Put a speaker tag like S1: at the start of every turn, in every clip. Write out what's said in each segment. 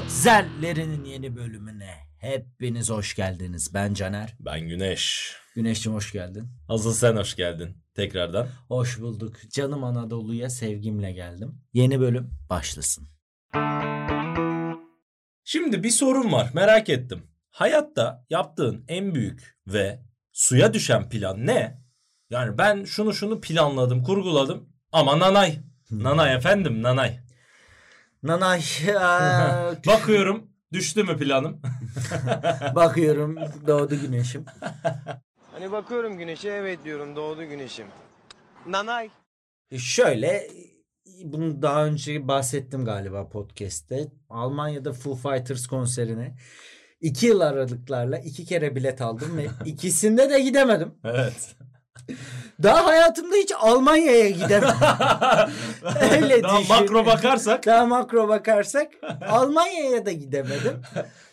S1: Güzellerinin yeni bölümüne hepiniz hoş geldiniz. Ben Caner.
S2: Ben Güneş.
S1: Güneş'cim hoş geldin.
S2: Asıl sen hoş geldin tekrardan.
S1: Hoş bulduk. Canım Anadolu'ya sevgimle geldim. Yeni bölüm başlasın.
S2: Şimdi bir sorum var merak ettim. Hayatta yaptığın en büyük ve suya düşen plan ne? Yani ben şunu şunu planladım, kurguladım ama nanay. Nanay efendim nanay.
S1: Nanay aa,
S2: Bakıyorum düştü mü planım?
S1: bakıyorum doğdu güneşim.
S3: Hani bakıyorum güneşe evet diyorum doğdu güneşim. Nanay.
S1: E, Şöyle bunu daha önce bahsettim galiba podcast'te. Almanya'da Foo Fighters konserine iki yıl aralıklarla iki kere bilet aldım ve ikisinde de gidemedim.
S2: evet.
S1: Daha hayatımda hiç Almanya'ya gidemedim. Öyle
S2: Daha
S1: düşün.
S2: makro bakarsak
S1: Daha makro bakarsak Almanya'ya da gidemedim.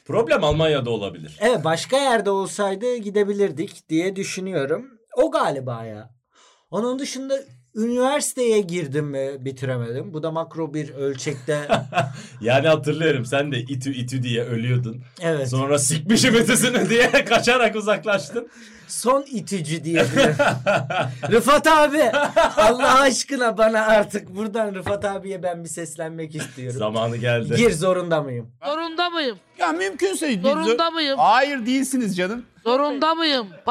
S2: problem Almanya'da olabilir.
S1: Evet başka yerde olsaydı gidebilirdik diye düşünüyorum. O galiba ya. Onun dışında üniversiteye girdim ve bitiremedim. Bu da makro bir ölçekte.
S2: Yani hatırlıyorum sen de itü itü diye ölüyordun.
S1: Evet.
S2: Sonra sikmişim ötesini diye kaçarak uzaklaştın.
S1: Son itici diyebilirim. Rıfat abi Allah aşkına bana artık buradan Rıfat abiye ben bir seslenmek istiyorum.
S2: Zamanı geldi.
S1: Gir zorunda mıyım?
S4: Zorunda mıyım?
S5: Ya mümkünse.
S4: Zorunda mıyım?
S5: Hayır değilsiniz canım.
S4: Zorunda mıyım?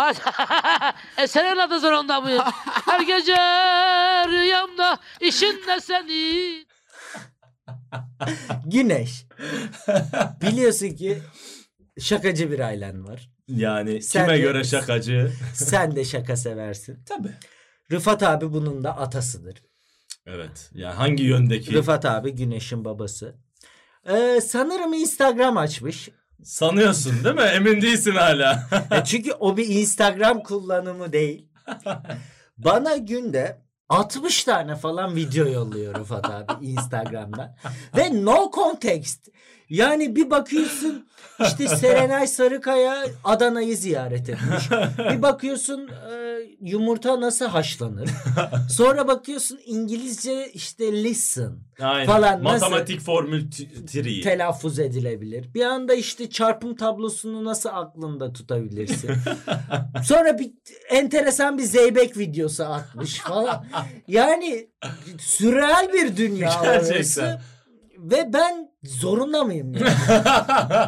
S4: E, Eserin adı zorunda mıyım? Her gece rüyamda işinle seni.
S1: Güneş. Biliyorsun ki şakacı bir ailen var.
S2: Yani
S1: Sen
S2: kime
S1: de-
S2: göre şakacı?
S1: Sen de şaka seversin.
S2: Tabii.
S1: Rıfat abi bunun da atasıdır.
S2: Evet. Yani hangi yöndeki?
S1: Rıfat abi Güneş'in babası. Ee, sanırım Instagram açmış.
S2: Sanıyorsun değil mi? Emin değilsin hala.
S1: E çünkü o bir Instagram kullanımı değil. Bana günde 60 tane falan video yolluyor Rıfat abi Instagram'dan. Ve no context. Yani bir bakıyorsun işte Serenay Sarıkaya Adana'yı ziyaret etmiş. Bir bakıyorsun e, yumurta nasıl haşlanır. Sonra bakıyorsun İngilizce işte listen.
S2: Aynen.
S1: Falan nasıl-
S2: Matematik formül t- triği.
S1: telaffuz edilebilir. Bir anda işte çarpım tablosunu nasıl aklında tutabilirsin? Sonra bir enteresan bir zeybek videosu atmış falan. Yani sürreal bir dünya
S2: Gerçekten.
S1: orası. Ve ben zorunda mıyım? Yani?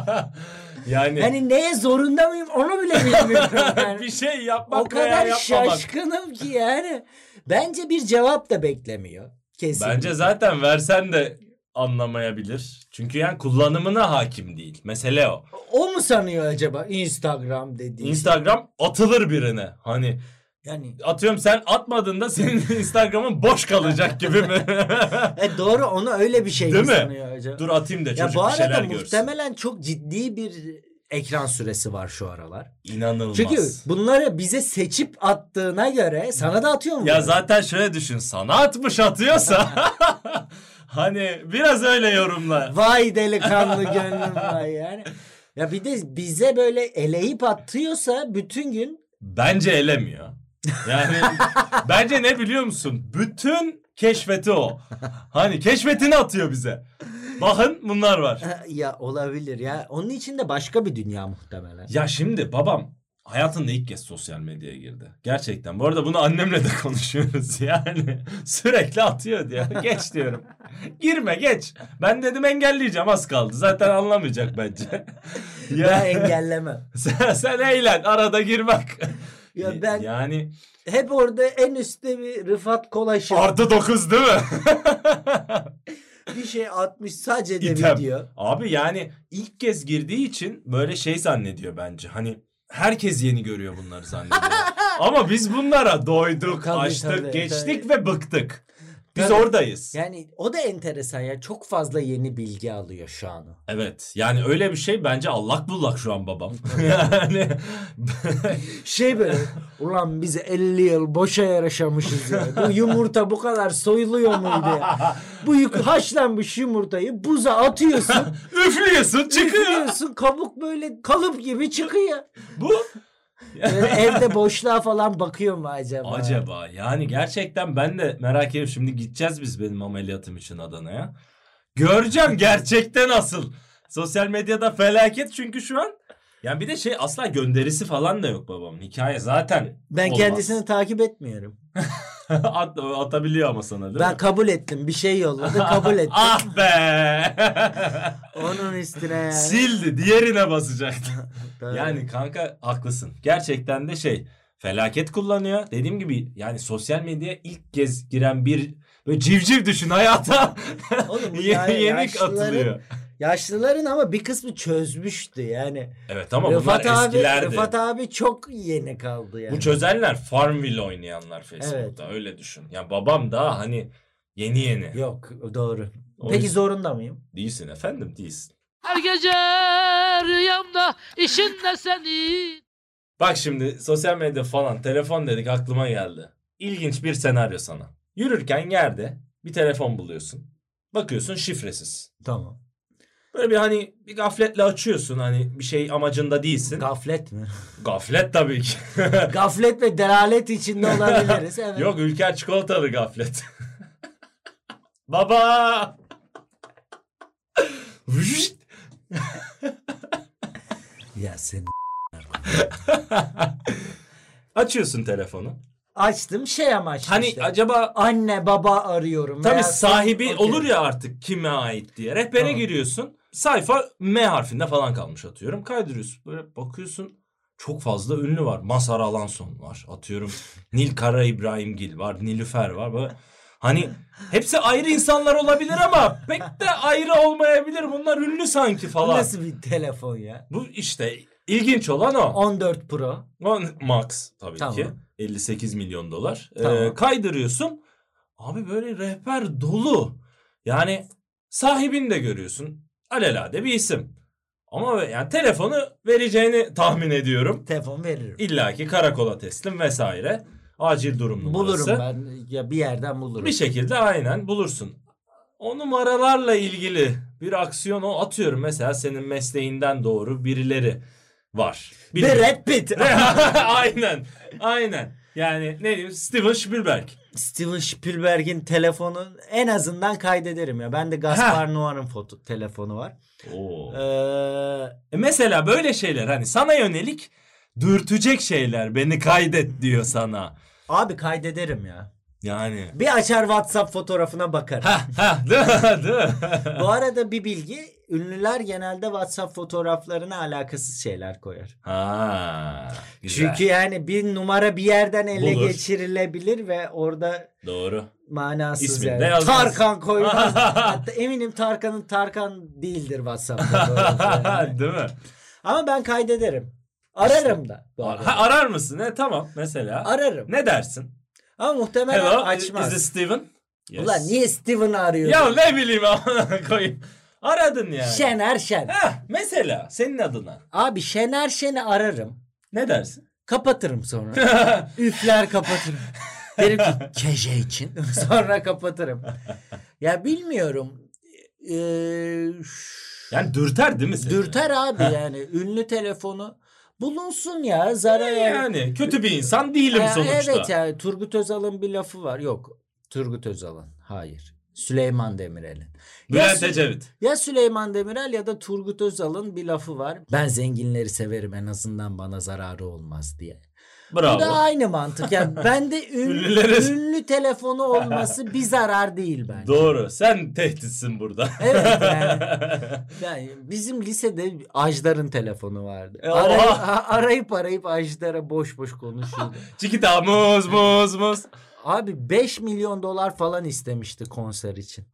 S2: yani
S1: yani neye zorunda mıyım onu bile bilmiyorum.
S2: bir
S1: Hani Yani.
S2: şey yapmak
S1: o kadar
S2: veya yapmamak.
S1: şaşkınım ki yani. Bence bir cevap da beklemiyor. Kesin.
S2: Bence zaten versen de anlamayabilir. Çünkü yani kullanımına hakim değil. Mesele o.
S1: O mu sanıyor acaba Instagram dediği?
S2: Instagram atılır birine. Hani
S1: yani
S2: atıyorum sen atmadığında senin Instagram'ın boş kalacak gibi mi?
S1: E doğru onu öyle bir şey
S2: Değil
S1: mi
S2: mi?
S1: sanıyor acaba?
S2: Dur atayım da
S1: ya
S2: çocuk
S1: bu
S2: bir şeyler
S1: arada
S2: görsün.
S1: muhtemelen çok ciddi bir ekran süresi var şu aralar.
S2: İnanılmaz.
S1: Çünkü bunları bize seçip attığına göre sana da atıyor mu?
S2: Ya zaten şöyle düşün sana atmış atıyorsa hani biraz öyle yorumla.
S1: Vay delikanlı gönlüm vay yani. Ya bir de bize böyle eleyip atıyorsa bütün gün
S2: Bence elemiyor. Yani bence ne biliyor musun? Bütün keşfeti o. Hani keşfetini atıyor bize. Bakın bunlar var.
S1: ya olabilir ya. Onun için de başka bir dünya muhtemelen.
S2: Ya şimdi babam hayatında ilk kez sosyal medyaya girdi. Gerçekten. Bu arada bunu annemle de konuşuyoruz yani. Sürekli atıyor diyor. Geç diyorum. Girme geç. Ben dedim engelleyeceğim az kaldı. Zaten anlamayacak bence.
S1: Ben engellemem.
S2: sen, sen eğlen arada gir bak.
S1: Ya ben
S2: Yani
S1: hep orada en üstte bir Rıfat Kolaş'ın
S2: artı 9 değil mi?
S1: bir şey atmış sadece de
S2: İtem.
S1: video.
S2: Abi yani ilk kez girdiği için böyle şey zannediyor bence. Hani herkes yeni görüyor bunları zannediyor. Ama biz bunlara doyduk,
S1: Tabii,
S2: açtık,
S1: tabii,
S2: geçtik
S1: tabii.
S2: ve bıktık. Biz
S1: Tabii.
S2: oradayız.
S1: Yani o da enteresan ya. Çok fazla yeni bilgi alıyor şu an. o.
S2: Evet. Yani öyle bir şey bence allak bullak şu an babam. yani
S1: Şey böyle ulan biz 50 yıl boşa yaraşamışız ya. Bu yumurta bu kadar soyuluyor muydu ya? Bu yük- haşlanmış yumurtayı buza atıyorsun.
S2: üflüyorsun çıkıyor.
S1: Çıkıyorsun kabuk böyle kalıp gibi çıkıyor.
S2: Bu
S1: Böyle evde boşluğa falan bakıyor mu acaba?
S2: Acaba yani gerçekten ben de merak ediyorum. Şimdi gideceğiz biz benim ameliyatım için Adana'ya. Göreceğim gerçekten asıl. Sosyal medyada felaket çünkü şu an. Yani bir de şey asla gönderisi falan da yok babamın. Hikaye zaten
S1: Ben
S2: olmaz.
S1: kendisini takip etmiyorum.
S2: At, atabiliyor ama sana değil
S1: Ben
S2: mi?
S1: kabul ettim. Bir şey yolladı kabul ettim.
S2: Ah be!
S1: Onun üstüne yani.
S2: Sildi. Diğerine basacaktı.
S1: Tabii.
S2: Yani kanka haklısın. Gerçekten de şey felaket kullanıyor. Dediğim gibi yani sosyal medyaya ilk kez giren bir böyle civciv düşün hayata.
S1: Oğlum bu
S2: Yeni
S1: yani
S2: yenik
S1: yaşlıların-
S2: atılıyor.
S1: Yaşlıların ama bir kısmı çözmüştü yani.
S2: Evet ama
S1: Rıfat
S2: bunlar
S1: abi,
S2: eskilerdi.
S1: Rıfat abi çok yeni kaldı yani.
S2: Bu çözenler Farmville oynayanlar Facebook'ta öyle düşün. Ya babam daha hani yeni yeni.
S1: Yok doğru.
S2: O
S1: Peki
S2: yüzden-
S1: zorunda mıyım?
S2: Değilsin efendim değilsin.
S4: Her gece rüyamda işin ne senin?
S2: Bak şimdi sosyal medya falan telefon dedik aklıma geldi. İlginç bir senaryo sana. Yürürken yerde bir telefon buluyorsun. Bakıyorsun şifresiz.
S1: Tamam.
S2: Böyle bir hani bir gafletle açıyorsun hani bir şey amacında değilsin.
S1: Gaflet mi?
S2: gaflet tabii ki.
S1: Gaflet ve delalet içinde olabiliriz. Evet.
S2: Yok Ülker çikolatalı gaflet. Baba! Vüşt!
S1: Ya sen
S2: Açıyorsun telefonu.
S1: açtım şey amaçlı
S2: Hani
S1: işte.
S2: acaba
S1: Anne baba arıyorum.
S2: tabii
S1: veya-
S2: sahibi
S1: Okey.
S2: olur ya artık kime ait diye. Rehbere
S1: Tamam.
S2: giriyorsun. Sayfa M harfinde falan kalmış atıyorum. Kaydırıyorsun. Böyle bakıyorsun. Çok fazla ünlü var. Masar Alanson var. Atıyorum Nil Kara İbrahimgil var. Nilüfer var. Böyle Hani hepsi ayrı insanlar olabilir ama pek de ayrı olmayabilir. Bunlar ünlü sanki
S1: Bu
S2: falan.
S1: nasıl bir telefon ya?
S2: Bu işte ilginç olan o.
S1: 14 Pro.
S2: On- Max tabii
S1: Tamam.
S2: ki. 58 milyon dolar. Ee,
S1: Tamam.
S2: kaydırıyorsun. Abi böyle rehber dolu. Yani sahibini de görüyorsun. Alelade bir isim. Ama yani telefonu vereceğini tahmin ediyorum.
S1: Telefon veririm.
S2: İlla ki karakola teslim vesaire. Acil durum numarası.
S1: Bulurum ben. Ya bir yerden bulurum.
S2: Bir şey şekilde aynen bulursun. O numaralarla ilgili bir aksiyon o atıyorum mesela senin mesleğinden doğru birileri var.
S1: Ve
S2: Bilmiyorum.
S1: Brad Pitt.
S2: aynen. Aynen. Yani ne diyeyim Steven Spielberg.
S1: Steven Spielberg'in telefonu en azından kaydederim ya. Ben de Gaspar Noé'nin foto telefonu var.
S2: Oo.
S1: Ee,
S2: E mesela böyle şeyler hani sana yönelik dürtecek şeyler beni kaydet diyor sana.
S1: abi kaydederim ya.
S2: Yani.
S1: Bir açar WhatsApp fotoğrafına bakarım.
S2: Ha ha değil mi? Değil mi?
S1: Bu arada bir bilgi ünlüler genelde WhatsApp fotoğraflarına alakasız şeyler koyar.
S2: Ha. Güzel.
S1: Çünkü yani bir numara bir yerden ele
S2: Bulur.
S1: geçirilebilir ve orada
S2: doğru.
S1: manasız
S2: İsmini
S1: yani.
S2: de yazmaz.
S1: Tarkan koymaz. Hatta eminim Tarkan'ın Tarkan değildir WhatsApp fotoğrafı yani.
S2: değil mi?
S1: Ama ben kaydederim. Ararım da. bu arada.
S2: Ha, arar mısın? E, tamam mesela.
S1: Ararım.
S2: Ne dersin?
S1: Ama muhtemelen
S2: Hello,
S1: açmaz.
S2: is this Steven? Yes.
S1: Ulan niye Steven'ı arıyorsun?
S2: Ya ne bileyim amına koyayım. Aradın yani.
S1: Şener Şen.
S2: Heh, mesela senin adına.
S1: Abi Şener Şen'i ararım.
S2: Ne dersin?
S1: Kapatırım sonra. Üfler kapatırım. Derim ki keşe için. sonra kapatırım. Ya bilmiyorum. Ee, ş-
S2: Yani dürter değil mi seni?
S1: dürter abi yani. Ünlü telefonu bulunsun ya. Zarar
S2: Yani kötü bir insan değilim
S1: Ya
S2: sonuçta.
S1: Evet yani Turgut Özal'ın bir lafı var. Yok. Turgut Özal'ın. Hayır. Süleyman Demirel'in. Ya
S2: Bülent
S1: Sü-
S2: Ecevit.
S1: Ya Süleyman Demirel ya da Turgut Özal'ın bir lafı var. Ben zenginleri severim en azından bana zararı olmaz diye. Bu da
S2: Bravo.
S1: aynı mantık. Yani bende ünlü,
S2: Ünlüleri-
S1: ünlü telefonu olması bir zarar değil bence.
S2: Doğru. Sen tehditsin burada.
S1: Evet yani. Yani bizim lisede Ajdar'ın telefonu vardı.
S2: E, oha.
S1: Arayıp, a- arayıp arayıp Ajdar'a boş boş konuşuyordu.
S2: Çikita muz muz muz.
S1: Abi 5 milyon dolar falan istemişti konser için.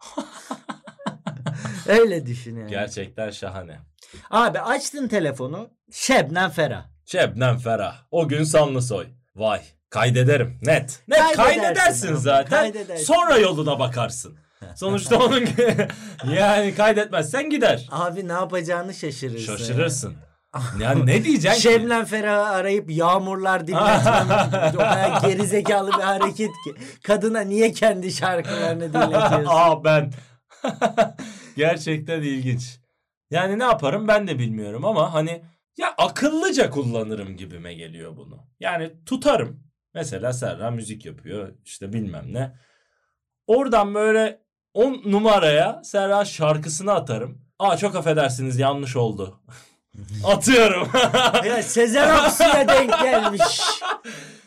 S1: Öyle düşün yani.
S2: Gerçekten şahane.
S1: Abi açtın telefonu. Şebnem Ferah.
S2: Şebnem Ferah. O gün Sanlısoy. Vay. Kaydederim. Net. Net
S1: Kaydedersin
S2: kaydedersin
S1: abi,
S2: zaten.
S1: kaydedersin.
S2: Sonra yoluna bakarsın. Sonuçta onun yani kaydetmezsen gider.
S1: Abi ne yapacağını şaşırırsın.
S2: Şaşırırsın. Yani ne diyeceksin ki?
S1: Şebnem Ferah'ı arayıp yağmurlar dinletmem. o kadar gerizekalı bir hareket ki. Kadına niye kendi şarkılarını dinletiyorsun?
S2: Aa ben. Gerçekten ilginç. Yani ne yaparım ben de bilmiyorum ama hani ya akıllıca kullanırım gibime geliyor bunu. Yani tutarım. Mesela Serra müzik yapıyor işte bilmem ne. Oradan böyle 10 numaraya Serra şarkısını atarım. Aa çok affedersiniz yanlış oldu. Atıyorum.
S1: Ya Sezen Aksu'ya denk gelmiş.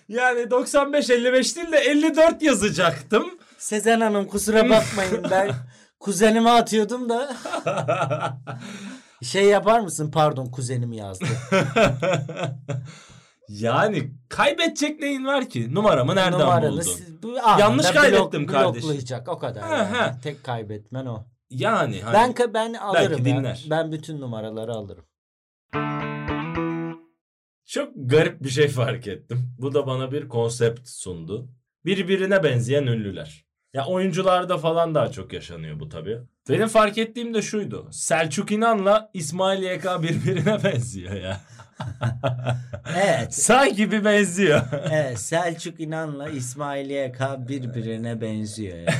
S2: yani 95-55 değil de 54 yazacaktım.
S1: Sezen Hanım kusura bakmayın ben kuzenime atıyordum da. Şey yapar mısın? Pardon kuzenim yazdı.
S2: yani kaybedecek neyin var ki? Numaramı nereden
S1: Numaranı
S2: buldun?
S1: siz- bu anında
S2: Yanlış
S1: blok-
S2: kaydettim kardeşim.
S1: Bloklayacak o kadar.
S2: Ha,
S1: yani.
S2: ha.
S1: Tek kaybetmen o.
S2: Yani hani
S1: Ben ka- ben alırım. ya.
S2: dinler.
S1: Ben bütün numaraları alırım.
S2: çok garip bir şey fark ettim. Bu da bana bir konsept sundu. Birbirine benzeyen ünlüler. Ya oyuncularda falan daha çok yaşanıyor bu tabii. Benim fark ettiğim de şuydu. Selçuk İnan'la İsmail YK birbirine benziyor ya.
S1: Evet.
S2: Sanki bir benziyor.
S1: evet Selçuk İnan'la İsmail YK birbirine benziyor ya.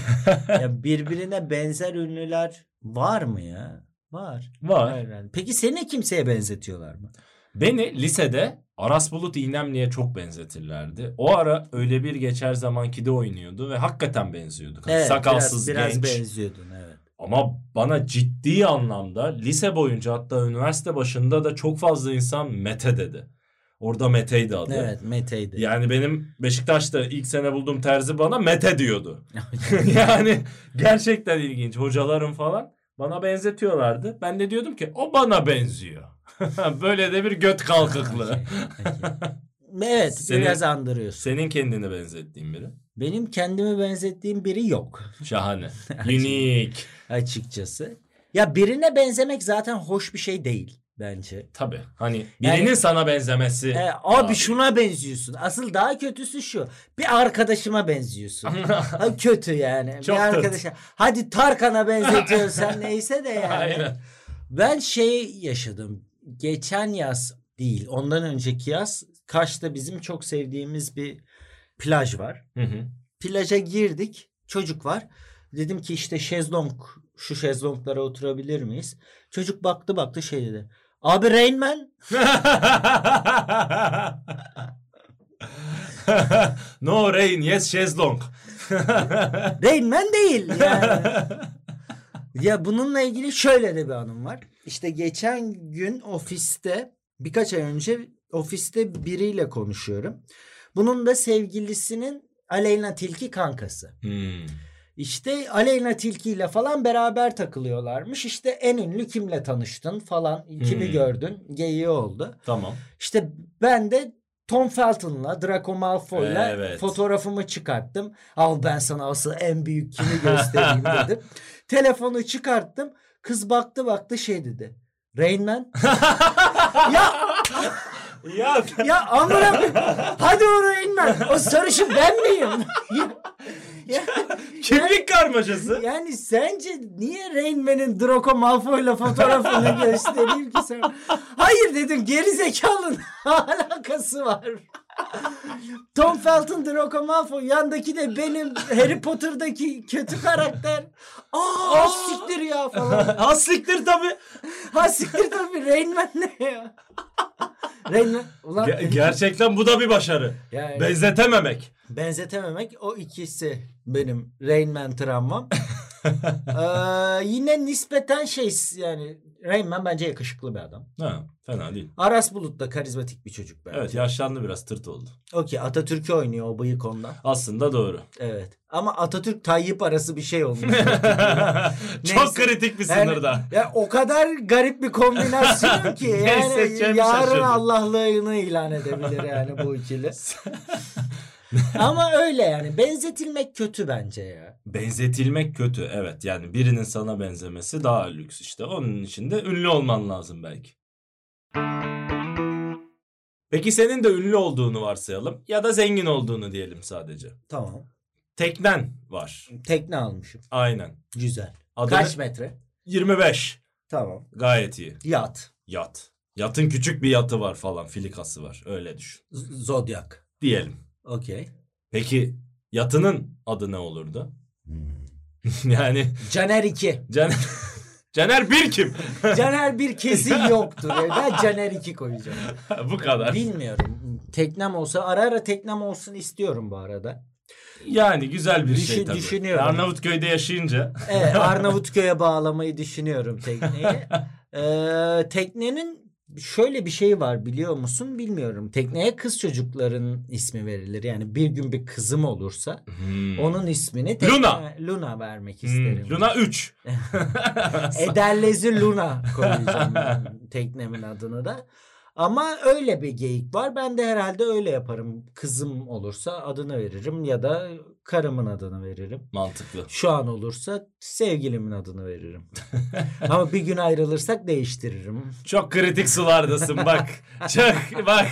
S1: ya birbirine benzer ünlüler var mı ya? Var.
S2: Var.
S1: Var. Peki seni kimseye benzetiyorlar mı?
S2: Beni lisede Aras Bulut İynemli'ye çok benzetirlerdi. O ara öyle bir geçer zamanki de oynuyordu ve hakikaten benziyorduk. Hani
S1: Evet,
S2: Sakalsız
S1: biraz,
S2: genç.
S1: biraz benziyordun evet.
S2: Ama bana ciddi anlamda lise boyunca hatta üniversite başında da çok fazla insan Mete dedi. Orada Mete'ydi adı.
S1: Evet Mete'ydi.
S2: Yani benim Beşiktaş'ta ilk sene bulduğum terzi bana Mete diyordu. yani gerçekten ilginç. Hocalarım falan bana benzetiyorlardı. Ben de diyordum ki o bana benziyor. Böyle de bir göt kalkıklığı.
S1: Evet
S2: Seni-
S1: biraz andırıyorsun.
S2: Senin kendini benzettiğin biri.
S1: Benim kendimi benzettiğim biri yok
S2: Şahane.
S1: şey.
S2: Unique.
S1: açıkçası. Ya birine benzemek zaten hoş bir şey değil bence.
S2: Tabii. Hani birinin
S1: Yani-
S2: sana benzemesi.
S1: E, abi, şuna benziyorsun. Asıl daha kötüsü şu. Bir arkadaşıma benziyorsun. ha, kötü yani.
S2: Çok
S1: bir
S2: kötü.
S1: arkadaşa. Hadi Tarkan'a benzetiyorsan neyse de yani.
S2: Aynen.
S1: Ben şey yaşadım. Geçen yaz değil, ondan önceki yaz Kaş'ta bizim çok sevdiğimiz bir plaj var.
S2: Hı hı.
S1: Plaja girdik. Çocuk var. Dedim ki işte şezlong şu şezlonglara oturabilir miyiz? Çocuk baktı baktı şey dedi. Abi Rain Man.
S2: no rain, yes şezlong.
S1: Rain Man değil. Yani. ya bununla ilgili şöyle de bir anım var. İşte geçen gün ofiste birkaç ay önce ofiste biriyle konuşuyorum. Bunun da sevgilisinin Aleyna Tilki kankası.
S2: Hmm.
S1: İşte Aleyna Tilki ile falan beraber takılıyorlarmış. İşte en ünlü kimle tanıştın falan, kimi
S2: Hmm.
S1: gördün, geyiği oldu.
S2: Tamam.
S1: İşte ben de Tom Felton'la, Draco Malfoy'la
S2: Evet.
S1: fotoğrafımı çıkarttım. Al ben sana asıl en büyük kimi göstereyim dedim. Telefonu çıkarttım. Kız baktı baktı şey dedi. Rain Man. ya
S2: Ya
S1: ya amına hadi o Rain Man. O sarışın ben miyim? Ya-
S2: kimlik karmaşası.
S1: Yani sence niye Rain Man'in Draco Malfoy'la fotoğrafını göstereyim ki sen? Hayır dedim geri zekalın alakası var. Tom Felton, Draco Malfoy yandaki de benim Harry Potter'daki kötü karakter. Aa, siktir ya falan.
S2: Asliktir tabii.
S1: Ha siktir tabii Rain Man ne ya? Rain Man. Ulan
S2: Ge- gerçekten bu da bir başarı.
S1: Yani-
S2: Benzetememek.
S1: Benzetememek o ikisi benim Rain Man travmam. Ee, yine nispeten şey yani Rain Man bence yakışıklı bir adam.
S2: Ha, fena değil.
S1: Aras Bulut da karizmatik bir çocuk bence.
S2: Evet yaşlandı biraz tırt oldu.
S1: Okey Atatürk'ü oynuyor o bıyık ondan.
S2: Aslında doğru.
S1: Evet. Ama Atatürk Tayyip arası bir şey olmuş.
S2: Çok kritik bir
S1: Yani-
S2: sınırda.
S1: ya o kadar garip bir kombinasyon ki.
S2: Ne
S1: yani
S2: hissedeceğimi
S1: yarın
S2: şaşırdım.
S1: Allah'lığını ilan edebilir yani bu ikili. Ama öyle yani benzetilmek kötü bence ya.
S2: Benzetilmek kötü evet. Yani birinin sana benzemesi daha lüks işte. Onun için de ünlü olman lazım belki. Peki senin de ünlü olduğunu varsayalım ya da zengin olduğunu diyelim sadece.
S1: Tamam.
S2: Teknen var.
S1: Tekne almışım.
S2: Aynen.
S1: Güzel.
S2: Adını
S1: Kaç metre?
S2: 25.
S1: Tamam.
S2: Gayet iyi.
S1: Yat.
S2: Yat. Yatın küçük bir yatı var falan, filikası var. Öyle düşün.
S1: Z- Zodyak.
S2: Diyelim.
S1: Okey.
S2: Peki yatının adı ne olurdu? yani
S1: Caner 2.
S2: Caner Caner bir kim?
S1: Caner bir kesin yoktur. Yani Ben Caner 2 koyacağım.
S2: Bu kadar.
S1: Bilmiyorum. Teknem olsa ara ara teknem olsun istiyorum bu arada.
S2: Yani güzel bir şey
S1: Düşün-
S2: tabii.
S1: düşünüyorum.
S2: Arnavutköy'de yaşayınca.
S1: Evet, E, Arnavutköy'e bağlamayı düşünüyorum tekneyi. Ee, teknenin şöyle bir şey var biliyor musun bilmiyorum. Tekneye kız çocukların ismi verilir. Yani bir gün bir kızım olursa
S2: Hmm.
S1: onun ismini
S2: Luna.
S1: Luna vermek isterim.
S2: Hmm. Luna 3.
S1: Ederlezi Luna koyacağım ben teknemin adını da. Ama öyle bir geyik var. Ben de herhalde öyle yaparım. Kızım olursa adını veririm ya da karımın adını veririm.
S2: Mantıklı.
S1: Şu an olursa sevgilimin adını veririm. Ama bir gün ayrılırsak değiştiririm.
S2: Çok kritik sulardasın bak. Çok bak.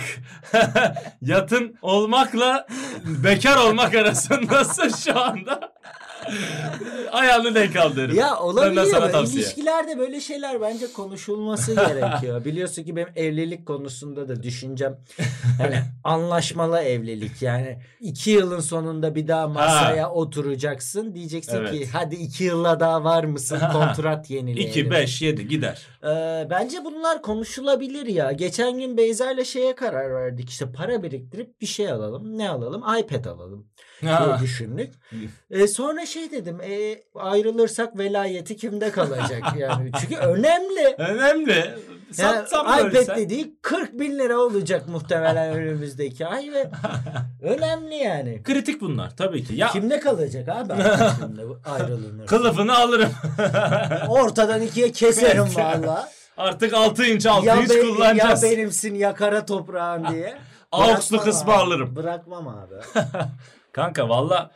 S2: Yatın olmakla bekar olmak arasındasın şu anda. Ayağını denk kaldırırım.
S1: Ya olabiliyor.
S2: Benden sana
S1: da
S2: tavsiye.
S1: İlişkilerde böyle şeyler bence konuşulması gerekiyor. Biliyorsun ki benim evlilik konusunda da düşüncem yani anlaşmalı evlilik. Yani iki yılın sonunda bir daha masaya oturacaksın. Diyeceksin
S2: Evet.
S1: ki hadi iki yıla daha var mısın? Kontrat yenileyelim.
S2: 2, 5, 7 gider.
S1: Ee, bence bunlar konuşulabilir ya. Geçen gün Beyza ile şeye karar verdik. İşte para biriktirip bir şey alalım. Ne alalım? iPad alalım diye
S2: Ha.
S1: düşündük. Ee, sonra şey dedim. E, ayrılırsak velayeti kimde kalacak? yani Çünkü önemli.
S2: Önemli.
S1: Yani
S2: Satsam böyle
S1: iPad
S2: sen.
S1: dediği 40 bin lira olacak muhtemelen önümüzdeki ay ve önemli yani.
S2: Kritik bunlar tabii ki. Ya
S1: Kimde kalacak abi? adam Şimdi bu ayrılınır.
S2: kılıfını alırım.
S1: Ortadan ikiye keserim valla.
S2: Artık 6 inç 6
S1: ya,
S2: inç
S1: be-
S2: kullanacağız.
S1: ya benimsin ya kara toprağın diye.
S2: Augs'lu
S1: Bırakmam
S2: kısmı
S1: abi,
S2: alırım.
S1: Bırakmam abi.
S2: Kanka valla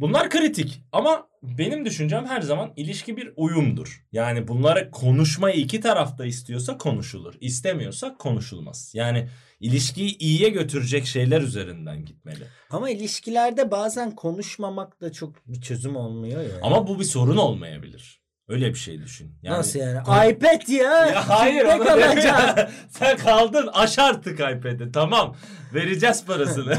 S2: bunlar kritik ama benim düşüncem her zaman ilişki bir uyumdur. Yani bunlara konuşmayı iki tarafta istiyorsa konuşulur. İstemiyorsa konuşulmaz. Yani ilişkiyi iyiye götürecek şeyler üzerinden gitmeli.
S1: Ama ilişkilerde bazen konuşmamak da çok bir çözüm olmuyor ya.
S2: Ama bu bir sorun olmayabilir. Öyle bir şey düşün. Yani,
S1: Nasıl yani?
S2: Kon-
S1: iPad ya.
S2: Ya hayır
S1: Kimde
S2: onu
S1: kalacak?
S2: demiyorum. Sen kaldın aş artık iPad'i tamam. Vereceğiz parasını.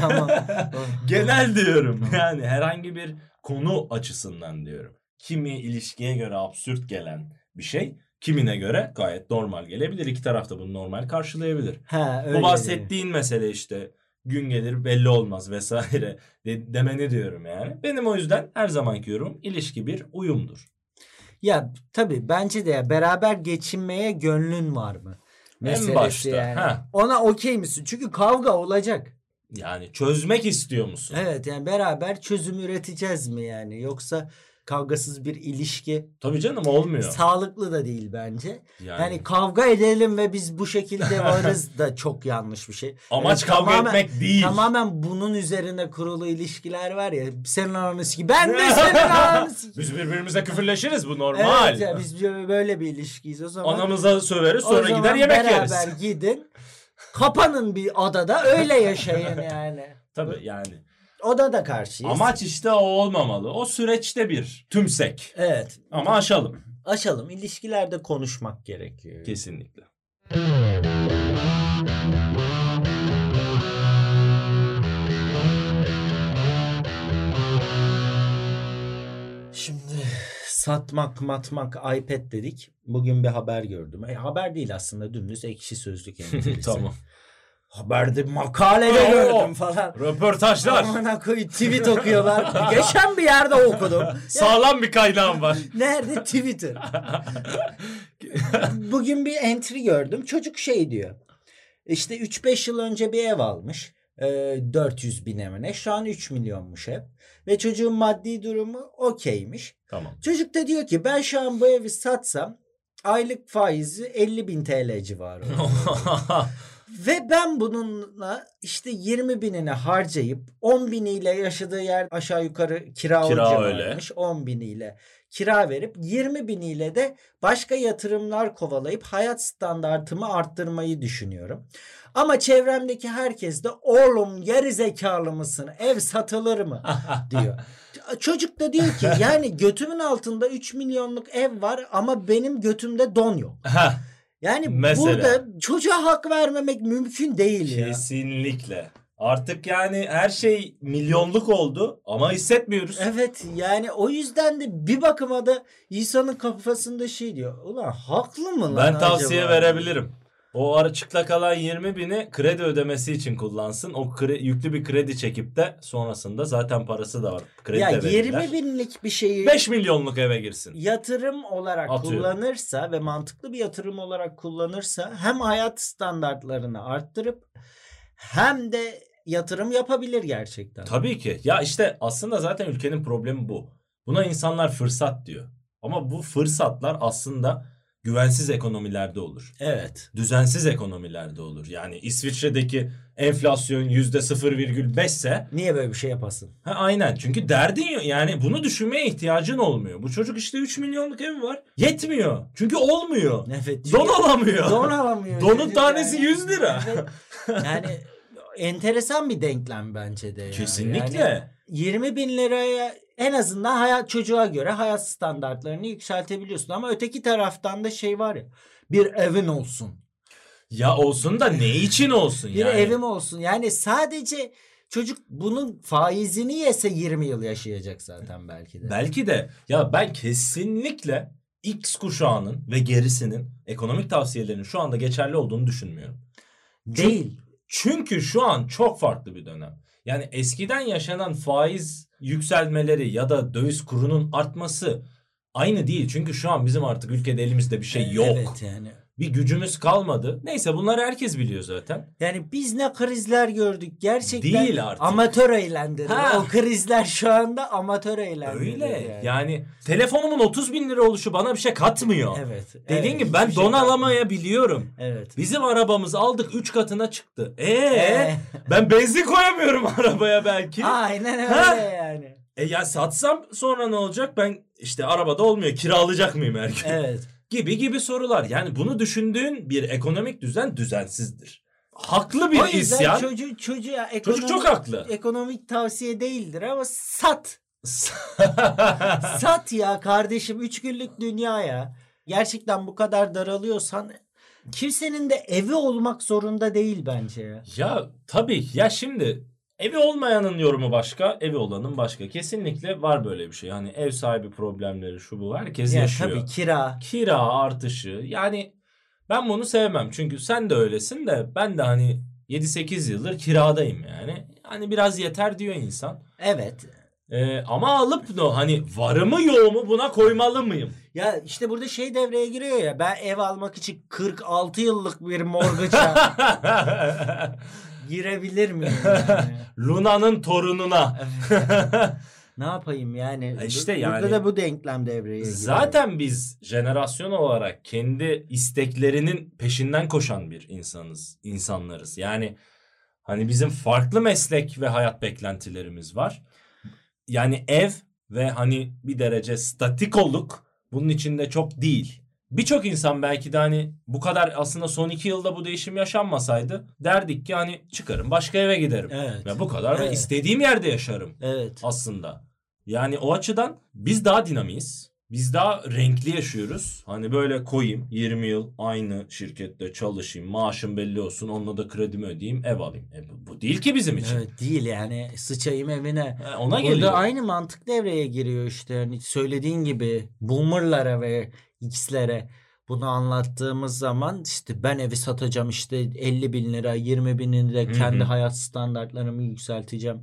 S1: tamam.
S2: Genel diyorum. Yani herhangi bir konu açısından diyorum. Kimi ilişkiye göre absürt gelen bir şey, kimine göre gayet normal gelebilir. İki taraf da bunu normal karşılayabilir.
S1: Ha, öyle
S2: Bu bahsettiğin mesele işte gün gelir belli olmaz vesaire de, demeni diyorum yani. Benim o yüzden her zamanki yorumum ilişki bir uyumdur.
S1: Ya tabii bence de ya, beraber geçinmeye gönlün var mı? Meselesi
S2: başta,
S1: yani.
S2: ha.
S1: Ona okey misin? Çünkü kavga olacak.
S2: Yani çözmek istiyor musun?
S1: Evet yani beraber çözüm üreteceğiz mi yani? Yoksa kavgasız bir ilişki
S2: Tabii canım olmuyor.
S1: sağlıklı da değil bence.
S2: Yani,
S1: Yani, kavga edelim ve biz bu şekilde varız da çok yanlış bir şey.
S2: amaç
S1: Yani
S2: kavga
S1: tamamen-
S2: etmek değil.
S1: Tamamen bunun üzerine kurulu ilişkiler var ya. Senin ananı sikeyim. Ben de senin ananı sikeyim.
S2: Biz birbirimize küfürleşiriz bu normal.
S1: Evet ya biz böyle bir ilişkiyiz o zaman.
S2: Anamıza söveriz
S1: O
S2: sonra
S1: zaman
S2: gider yemek
S1: beraber
S2: yeriz.
S1: gidin. Kapanın bir adada öyle yaşayın yani.
S2: Tabii yani.
S1: Oda da karşıyız.
S2: Amaç işte o olmamalı. O süreçte bir tümsek.
S1: Evet.
S2: Ama aşalım.
S1: Aşalım. ilişkilerde konuşmak gerekiyor.
S2: Kesinlikle.
S1: Şimdi satmak matmak iPad dedik. Bugün bir haber gördüm. E, haber değil aslında dümdüz ekşi sözlük enteresi.
S2: tamam.
S1: Haberde makalede
S2: Oo.
S1: gördüm falan.
S2: Röportajlar.
S1: Amına koyayım tweet okuyorlar. Geçen bir yerde okudum.
S2: Sağlam bir kaynağım var.
S1: Nerede Twitter? Bugün bir entry gördüm. Çocuk şey diyor. İşte 3-5 yıl önce bir ev almış. Ee, 400 bin evine. Şu an 3 milyonmuş ev. Ve çocuğun maddi durumu okeymiş.
S2: tamam.
S1: Çocuk da diyor ki ben şu an bu evi satsam aylık faizi 50 bin TL civarı. olur." Ve ben bununla işte 20 binini harcayıp 10 biniyle yaşadığı yer aşağı yukarı kira,
S2: Kira
S1: kira
S2: öyle.
S1: varmış. 10 biniyle kira verip 20 biniyle de başka yatırımlar kovalayıp hayat standartımı arttırmayı düşünüyorum. Ama çevremdeki herkes de oğlum geri zekalı mısın ev satılır mı diyor. Çocuk da diyor ki yani götümün altında 3 milyonluk ev var ama benim götümde don yok.
S2: Heh,
S1: Yani
S2: Mesela.
S1: burada çocuğa hak vermemek mümkün değil ya.
S2: Kesinlikle. Artık yani her şey milyonluk oldu ama hissetmiyoruz.
S1: Evet yani o yüzden de bir bakıma da insanın kafasında şey diyor. Ulan haklı mı lan
S2: ben tavsiye
S1: acaba?"
S2: verebilirim. O ara çıkla kalan 20 bini kredi ödemesi için kullansın. O kre- yüklü bir kredi çekip de sonrasında zaten parası da var. Kredi
S1: ya
S2: de verirler.
S1: 20 binlik bir şeyi
S2: 5 milyonluk eve girsin.
S1: yatırım olarak
S2: Atıyorum.
S1: kullanırsa ve mantıklı bir yatırım olarak kullanırsa hem hayat standartlarını arttırıp hem de yatırım yapabilir gerçekten.
S2: Tabii ki. Ya işte aslında zaten ülkenin problemi bu. Buna insanlar fırsat diyor. Ama bu fırsatlar aslında güvensiz ekonomilerde olur.
S1: Evet.
S2: Düzensiz ekonomilerde olur. Yani İsviçre'deki enflasyon %0,5 ise
S1: Niye böyle bir şey yapasın?
S2: Ha, aynen çünkü derdin yok yani bunu düşünmeye ihtiyacın olmuyor. Bu çocuk işte 3 milyonluk evi var. Yetmiyor. Çünkü olmuyor.
S1: Evet.
S2: Don alamıyor.
S1: Don alamıyor.
S2: Donun
S1: Çocuk
S2: tanesi
S1: yani.
S2: 100 lira.
S1: Evet. Yani enteresan bir denklem bence de. ya.
S2: Kesinlikle.
S1: Yani 20 bin liraya en azından hayat çocuğa göre hayat standartlarını yükseltebiliyorsun. Ama öteki taraftan da şey var ya. Bir evin olsun.
S2: Ya olsun da ne için olsun
S1: Bir
S2: yani?
S1: evim olsun. Yani sadece çocuk bunun faizini yese 20 yıl yaşayacak zaten belki de.
S2: Belki de ya ben kesinlikle X kuşağının ve gerisinin ekonomik tavsiyelerinin şu anda geçerli olduğunu düşünmüyorum.
S1: Değil.
S2: Çünkü şu an çok farklı bir dönem. Yani eskiden yaşanan faiz yükselmeleri ya da döviz kurunun artması aynı değil. Çünkü şu an bizim artık ülkede elimizde bir şey yok.
S1: Evet yani.
S2: Bir gücümüz kalmadı. Neyse bunları herkes biliyor zaten.
S1: Yani biz ne krizler gördük gerçekten.
S2: Değil artık.
S1: Amatör eğlendirir.
S2: Ha.
S1: O krizler şu anda amatör eğlendirir.
S2: Öyle. Yani.
S1: Yani.
S2: telefonumun 30 bin lira oluşu bana bir şey katmıyor.
S1: Evet.
S2: Dediğin
S1: evet,
S2: gibi ben
S1: hiçbir şey
S2: don
S1: yok.
S2: alamayabiliyorum.
S1: Evet.
S2: Bizim arabamız aldık 3 katına çıktı. Ee,
S1: Ee?
S2: ben benzin koyamıyorum arabaya belki.
S1: Aynen öyle
S2: Ha.
S1: yani.
S2: E ya satsam sonra ne olacak? Ben işte arabada olmuyor. Kiralayacak mıyım her gün?
S1: Evet.
S2: Gibi gibi sorular. Yani bunu düşündüğün bir ekonomik düzen düzensizdir. Haklı bir
S1: o yüzden
S2: isyan.
S1: çocuğu, çocuğa ekonomik,
S2: Çocuk çok haklı.
S1: ekonomik tavsiye değildir ama sat. Sat ya kardeşim. Üç günlük dünya ya. Gerçekten bu kadar daralıyorsan kimsenin de evi olmak zorunda değil bence ya.
S2: ya tabii ki. ya şimdi evi olmayanın yorumu başka, evi olanın başka. Kesinlikle var böyle bir şey. Yani ev sahibi problemleri şu bu herkes
S1: Ya
S2: yaşıyor.
S1: tabii kira.
S2: kira artışı yani ben bunu sevmem çünkü sen de öylesin de ben de hani 7-8 yıldır kiradayım yani. Hani biraz yeter diyor insan.
S1: Evet.
S2: Ee, ama alıp no hani varımı yoğumu buna koymalı mıyım?
S1: Ya işte burada şey devreye giriyor ya ben ev almak için 46 yıllık bir morgaça girebilir miyim? yani?
S2: Luna'nın torununa.
S1: ne yapayım yani?
S2: E işte
S1: Bu-
S2: yani.
S1: Burada da bu denklem devreye giriyor.
S2: Zaten biz jenerasyon olarak kendi isteklerinin peşinden koşan bir insanız, insanlarız. Yani hani bizim farklı meslek ve hayat beklentilerimiz var. Yani ev ve hani bir derece statik olduk bunun içinde çok değil. Birçok insan belki de hani bu kadar aslında son iki yılda bu değişim yaşanmasaydı derdik ki hani çıkarım başka eve giderim.
S1: Evet.
S2: Ve bu kadar da
S1: Evet.
S2: istediğim yerde yaşarım
S1: Evet.
S2: aslında. Yani o açıdan biz daha dinamiyiz. Biz daha renkli yaşıyoruz. Hani böyle koyayım 20 yıl aynı şirkette çalışayım, maaşım belli olsun, onunla da kredimi ödeyeyim, ev alayım. E bu, bu değil ki bizim için.
S1: Evet değil yani sıçayım evine.
S2: E ona
S1: Burada
S2: geliyor.
S1: aynı mantık devreye giriyor işte. Yani söylediğin gibi boomerlara ve x'lere bunu anlattığımız zaman işte ben evi satacağım işte 50 bin lira 20 bin lira
S2: hı.
S1: kendi hayat standartlarımı yükselteceğim.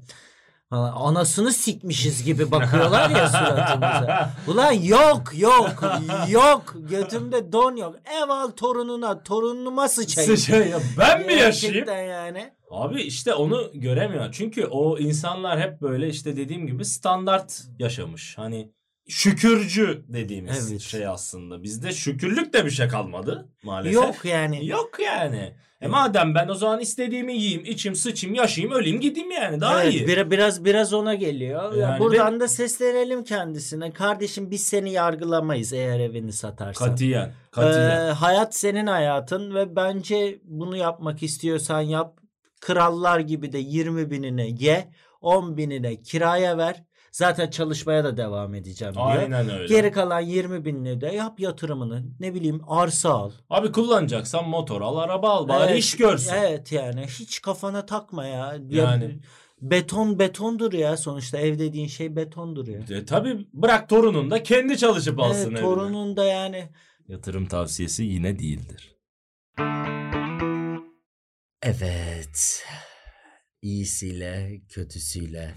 S1: falan. Anasını sikmişiz gibi bakıyorlar ya suratımıza. Ulan yok yok yok götümde don yok. Ev al torununa torunuma sıçayım.
S2: Şey ya, ben mi yaşayayım?
S1: Gerçekten yani.
S2: Abi işte onu göremiyor. Çünkü o insanlar hep böyle işte dediğim gibi standart yaşamış. Hani şükürcü dediğimiz
S1: Evet.
S2: şey aslında. Bizde şükürlük de bir şey kalmadı maalesef.
S1: Yok yani.
S2: Yok yani. E madem ben o zaman istediğimi yiyeyim, içim, sıçayım, yaşayayım, öleyim, gideyim yani. Daha
S1: Evet,
S2: iyi.
S1: bira- biraz biraz ona geliyor. Ya
S2: Yani
S1: buradan da seslenelim kendisine. Kardeşim biz seni yargılamayız eğer evini satarsan.
S2: Katiyen.
S1: Ee,
S2: Katiyen.
S1: hayat senin hayatın ve bence bunu yapmak istiyorsan yap. Krallar gibi de 20 binine ye, 10 binine kiraya ver. Zaten çalışmaya da devam edeceğim diyor.
S2: Aynen öyle.
S1: Geri kalan 20 binini de yap yatırımını. Ne bileyim arsa al.
S2: Abi kullanacaksan motor al, araba al bari
S1: Evet,
S2: iş görsün.
S1: Evet yani hiç kafana takma ya.
S2: Yani.
S1: yani. beton betondur ya sonuçta ev dediğin şey betondur ya.
S2: E, tabii bırak torunun da kendi çalışıp alsın
S1: Evet,
S2: evine.
S1: torunun da yani
S2: Yatırım tavsiyesi yine değildir.
S1: Evet. İyisiyle kötüsüyle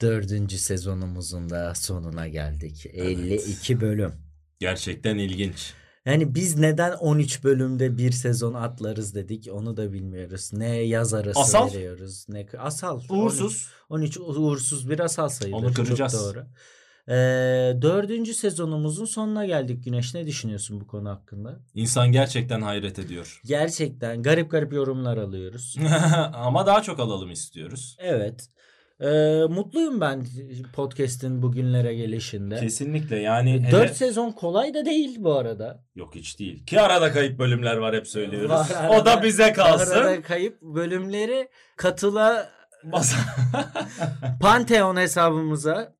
S1: dördüncü sezonumuzun da sonuna geldik. 52 bölüm.
S2: Gerçekten ilginç.
S1: Yani biz neden 13 bölümde bir sezon atlarız dedik onu da bilmiyoruz. Ne yaz arası
S2: Asal?
S1: veriyoruz. Ne asal.
S2: Uğursuz.
S1: 13 uğursuz bir asal sayılır.
S2: Onu kıracağız.
S1: Çok doğru. Ee, dördüncü sezonumuzun sonuna geldik Güneş. Ne düşünüyorsun bu konu hakkında?
S2: İnsan gerçekten hayret ediyor.
S1: Gerçekten garip garip yorumlar alıyoruz.
S2: Ama daha çok alalım istiyoruz.
S1: Evet. Ee, mutluyum ben podcast'in bugünlere gelişinde.
S2: Kesinlikle yani. hele-
S1: 4 sezon kolay da değil bu arada.
S2: Yok hiç değil. Ki arada kayıp bölümler var hep söylüyoruz.
S1: Var
S2: o da
S1: arada-
S2: bize kalsın.
S1: Arada kayıp bölümleri katıla
S2: Bas-
S1: Pantheon hesabımıza.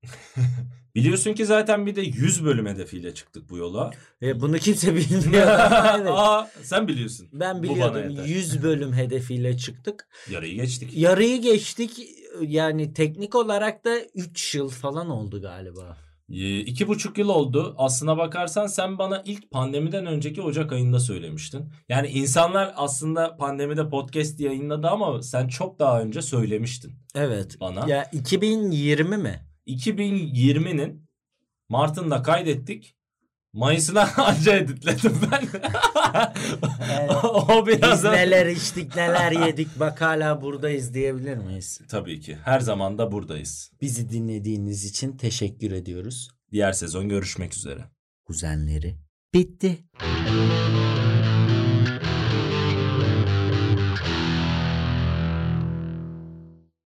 S2: Biliyorsun ki zaten bir de 100 bölüm hedefiyle çıktık bu yola.
S1: E, bunu kimse bilmiyor. evet.
S2: Aa, sen biliyorsun.
S1: Ben
S2: Bu bana
S1: biliyordum
S2: yeter.
S1: 100 bölüm hedefiyle çıktık.
S2: Yarıyı geçtik.
S1: Yarıyı geçtik. Yani teknik olarak da 3 yıl falan oldu galiba.
S2: Ee, İki buçuk yıl oldu. Aslına bakarsan sen bana ilk pandemiden önceki Ocak ayında söylemiştin. Yani insanlar aslında pandemide podcast yayınladı ama sen çok daha önce söylemiştin
S1: Evet.
S2: bana.
S1: Ya 2020 mi?
S2: 2020'nin Mart'ında kaydettik. Mayıs'ına anca editledim ben.
S1: Evet.
S2: o
S1: Biz
S2: biraz da-
S1: neler içtik neler yedik bak hala buradayız diyebilir miyiz?
S2: Tabii ki. Her zaman da buradayız.
S1: Bizi dinlediğiniz için teşekkür ediyoruz.
S2: Diğer sezon görüşmek üzere.
S1: Kuzenleri bitti.